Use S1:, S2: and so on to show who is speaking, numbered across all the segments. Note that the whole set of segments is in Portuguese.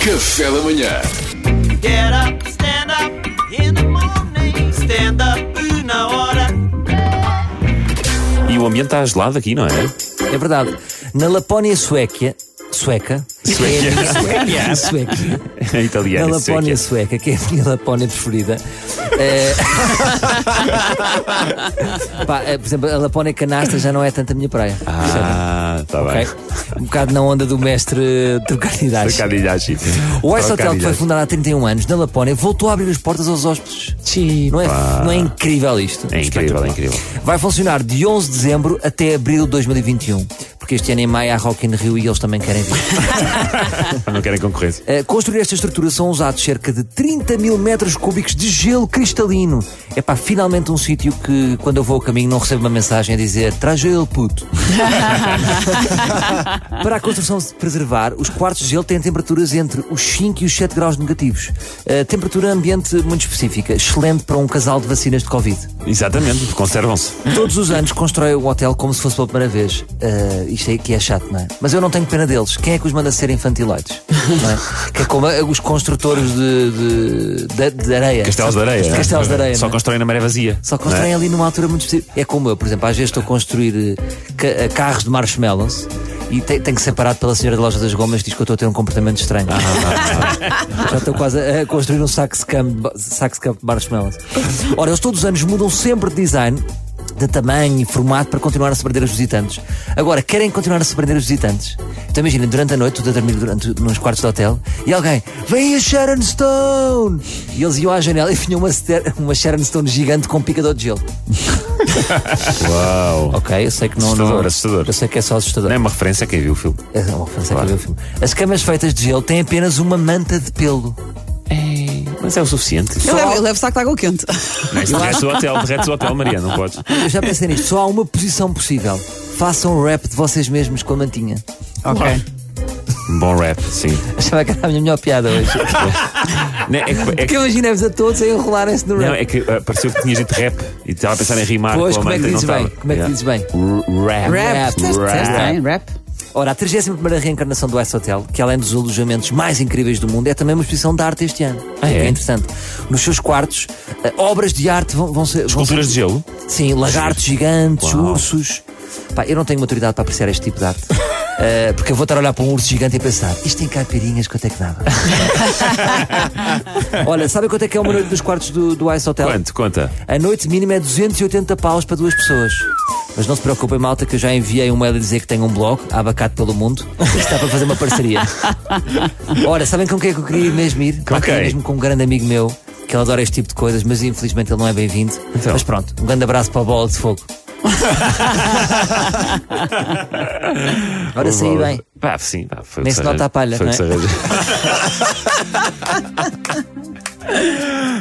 S1: Café da manhã.
S2: Get up, stand up in the morning. Stand up na hora.
S3: E o ambiente está gelado aqui, não é?
S4: É verdade. Na Lapónia suéquia, sueca,
S3: Suéquia.
S4: É a minha suéquia, suéquia.
S3: É
S4: na
S3: italiano. isso é que
S4: Lapónia
S3: é.
S4: sueca, que é a minha Lapónia preferida. eh, pá, eh, por exemplo, a Lapónia canastra já não é tanto a minha praia.
S3: Ah, está
S4: ok?
S3: bem.
S4: Um bocado na onda do mestre Trocadilhas.
S3: Trocadilhaço.
S4: O Ice Hotel, que foi
S3: Trocadilhaço.
S4: fundado há 31 anos na Lapónia, voltou a abrir as portas aos hóspedes.
S3: Sim,
S4: Não é,
S3: pá.
S4: não é incrível isto?
S3: É incrível,
S4: Espetacular.
S3: é incrível.
S4: Vai funcionar de 11 de dezembro até abril de 2021. Porque este ano em maio há Rock in Rio e eles também querem vir.
S3: Não querem concorrência.
S4: Uh, construir esta estrutura são usados cerca de 30 mil metros cúbicos de gelo cristalino. É pá, finalmente um sítio que, quando eu vou ao caminho, não recebo uma mensagem a dizer traz gelo, puto. Para a construção se preservar, os quartos de gelo têm temperaturas entre os 5 e os 7 graus negativos. Uh, temperatura ambiente muito específica, excelente para um casal de vacinas de Covid.
S3: Exatamente, conservam-se.
S4: Todos os anos constroem o hotel como se fosse pela primeira vez. Ah, isto aí que é chato, não é? Mas eu não tenho pena deles. Quem é que os manda ser infantiloides? Não é? Que é como ah, os construtores de, de, de- de areia.
S3: Castelos de areia. não é?
S4: Castelos de areia.
S3: Só
S4: não é?
S3: constroem na maré vazia. é?
S4: Só constroem ali numa altura muito específica. É como eu, por exemplo, às vezes estou a construir eh, ca- eh, carros de marshmallows e te- tenho que ser parado pela senhora da loja das gomas que diz que eu estou a ter um comportamento estranho. Já estou quase a a construir um saco de cam- saco de cam de marshmallows. Ora, eles todos os anos mudam sempre de design. De tamanho e formato para continuar a surpreender os visitantes. Agora, querem continuar a surpreender os visitantes? Então imagina, durante a noite, tudo a dormir durante, nos quartos do hotel, e alguém, vem a Sharon Stone! E eles iam à janela e vinham uma, ster- uma Sharon Stone gigante com um picador de gelo.
S3: Não é? Uau.
S4: Ok, eu sei que não.
S3: Assustador,
S4: não,
S3: assustador.
S4: Eu sei que é só assustador.
S3: Não é uma referência a quem viu o filme.
S4: É, não, não sei que eu vi o filme. As camas feitas de gelo têm apenas uma manta de pelo.
S3: Mas é o suficiente.
S5: Eu levo, eu levo saco de água quente.
S3: Não, isso derretes o hotel, derretes o hotel, Maria, não podes.
S4: Eu já pensei nisto, só há uma posição possível. Façam um rap de vocês mesmos com a mantinha.
S5: Ok.
S3: Um bom rap, sim.
S4: Achava que era a minha melhor piada hoje.
S3: Ah, Não, é que- é
S4: Porque
S3: que-
S4: imaginemos a todos a enrolarem-se no rap.
S3: não, é que ah, pareceu que tinha dito rap e estava a pensar em rimar
S4: Pois,
S3: com a
S4: como é que
S3: manta e não
S4: dizes bem?
S3: estava.
S4: Como é que
S3: Yeah.
S4: dizes bem?
S3: Rap.
S5: Rap. Teste-
S3: Rap.
S5: teste bem, Rap.
S4: Ora, a 31 reencarnação do Ice Hotel, que além dos alojamentos mais incríveis do mundo, é também uma exposição de arte este ano.
S3: Ah, é?
S4: Que interessante. Nos seus quartos, eh, obras de arte vão, vão ser. vão ser-
S3: Esculturas de gelo?
S4: Sim, lagartos gigantes,
S3: Uau.
S4: ursos. Pá, eu não tenho maturidade para apreciar este tipo de arte. Eh, porque eu vou estar a olhar para um urso gigante e pensar: isto tem caipirinhas, quanto é que dava? Olha, sabe quanto é que é o noite dos quartos do, do Ice Hotel?
S3: Quanto? Conta.
S4: A noite mínima é 280 paus para duas pessoas. Mas não se preocupem, malta, que eu já enviei um mail a dizer que tenho um blog, Abacate pelo Mundo, e está para fazer uma parceria. Ora, sabem com quem é que eu queria mesmo ir? Pá,
S3: Com
S4: queria
S3: quem?
S4: mesmo com um grande amigo meu, que ele adora este tipo de coisas, mas infelizmente ele não é bem-vindo.
S3: Então.
S4: Mas pronto, um grande abraço para a bola de fogo. Ora saí bem.
S3: Pá, sim, pá, foi o
S4: Nem
S3: que
S4: se
S3: se
S4: nota a palha,
S3: foi o que
S4: não é?
S3: se arranja.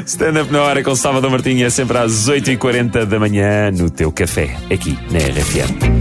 S3: Stand-up na é hora com Salvador Martinha, sempre às 8h40 da manhã, no teu café, aqui na RFM.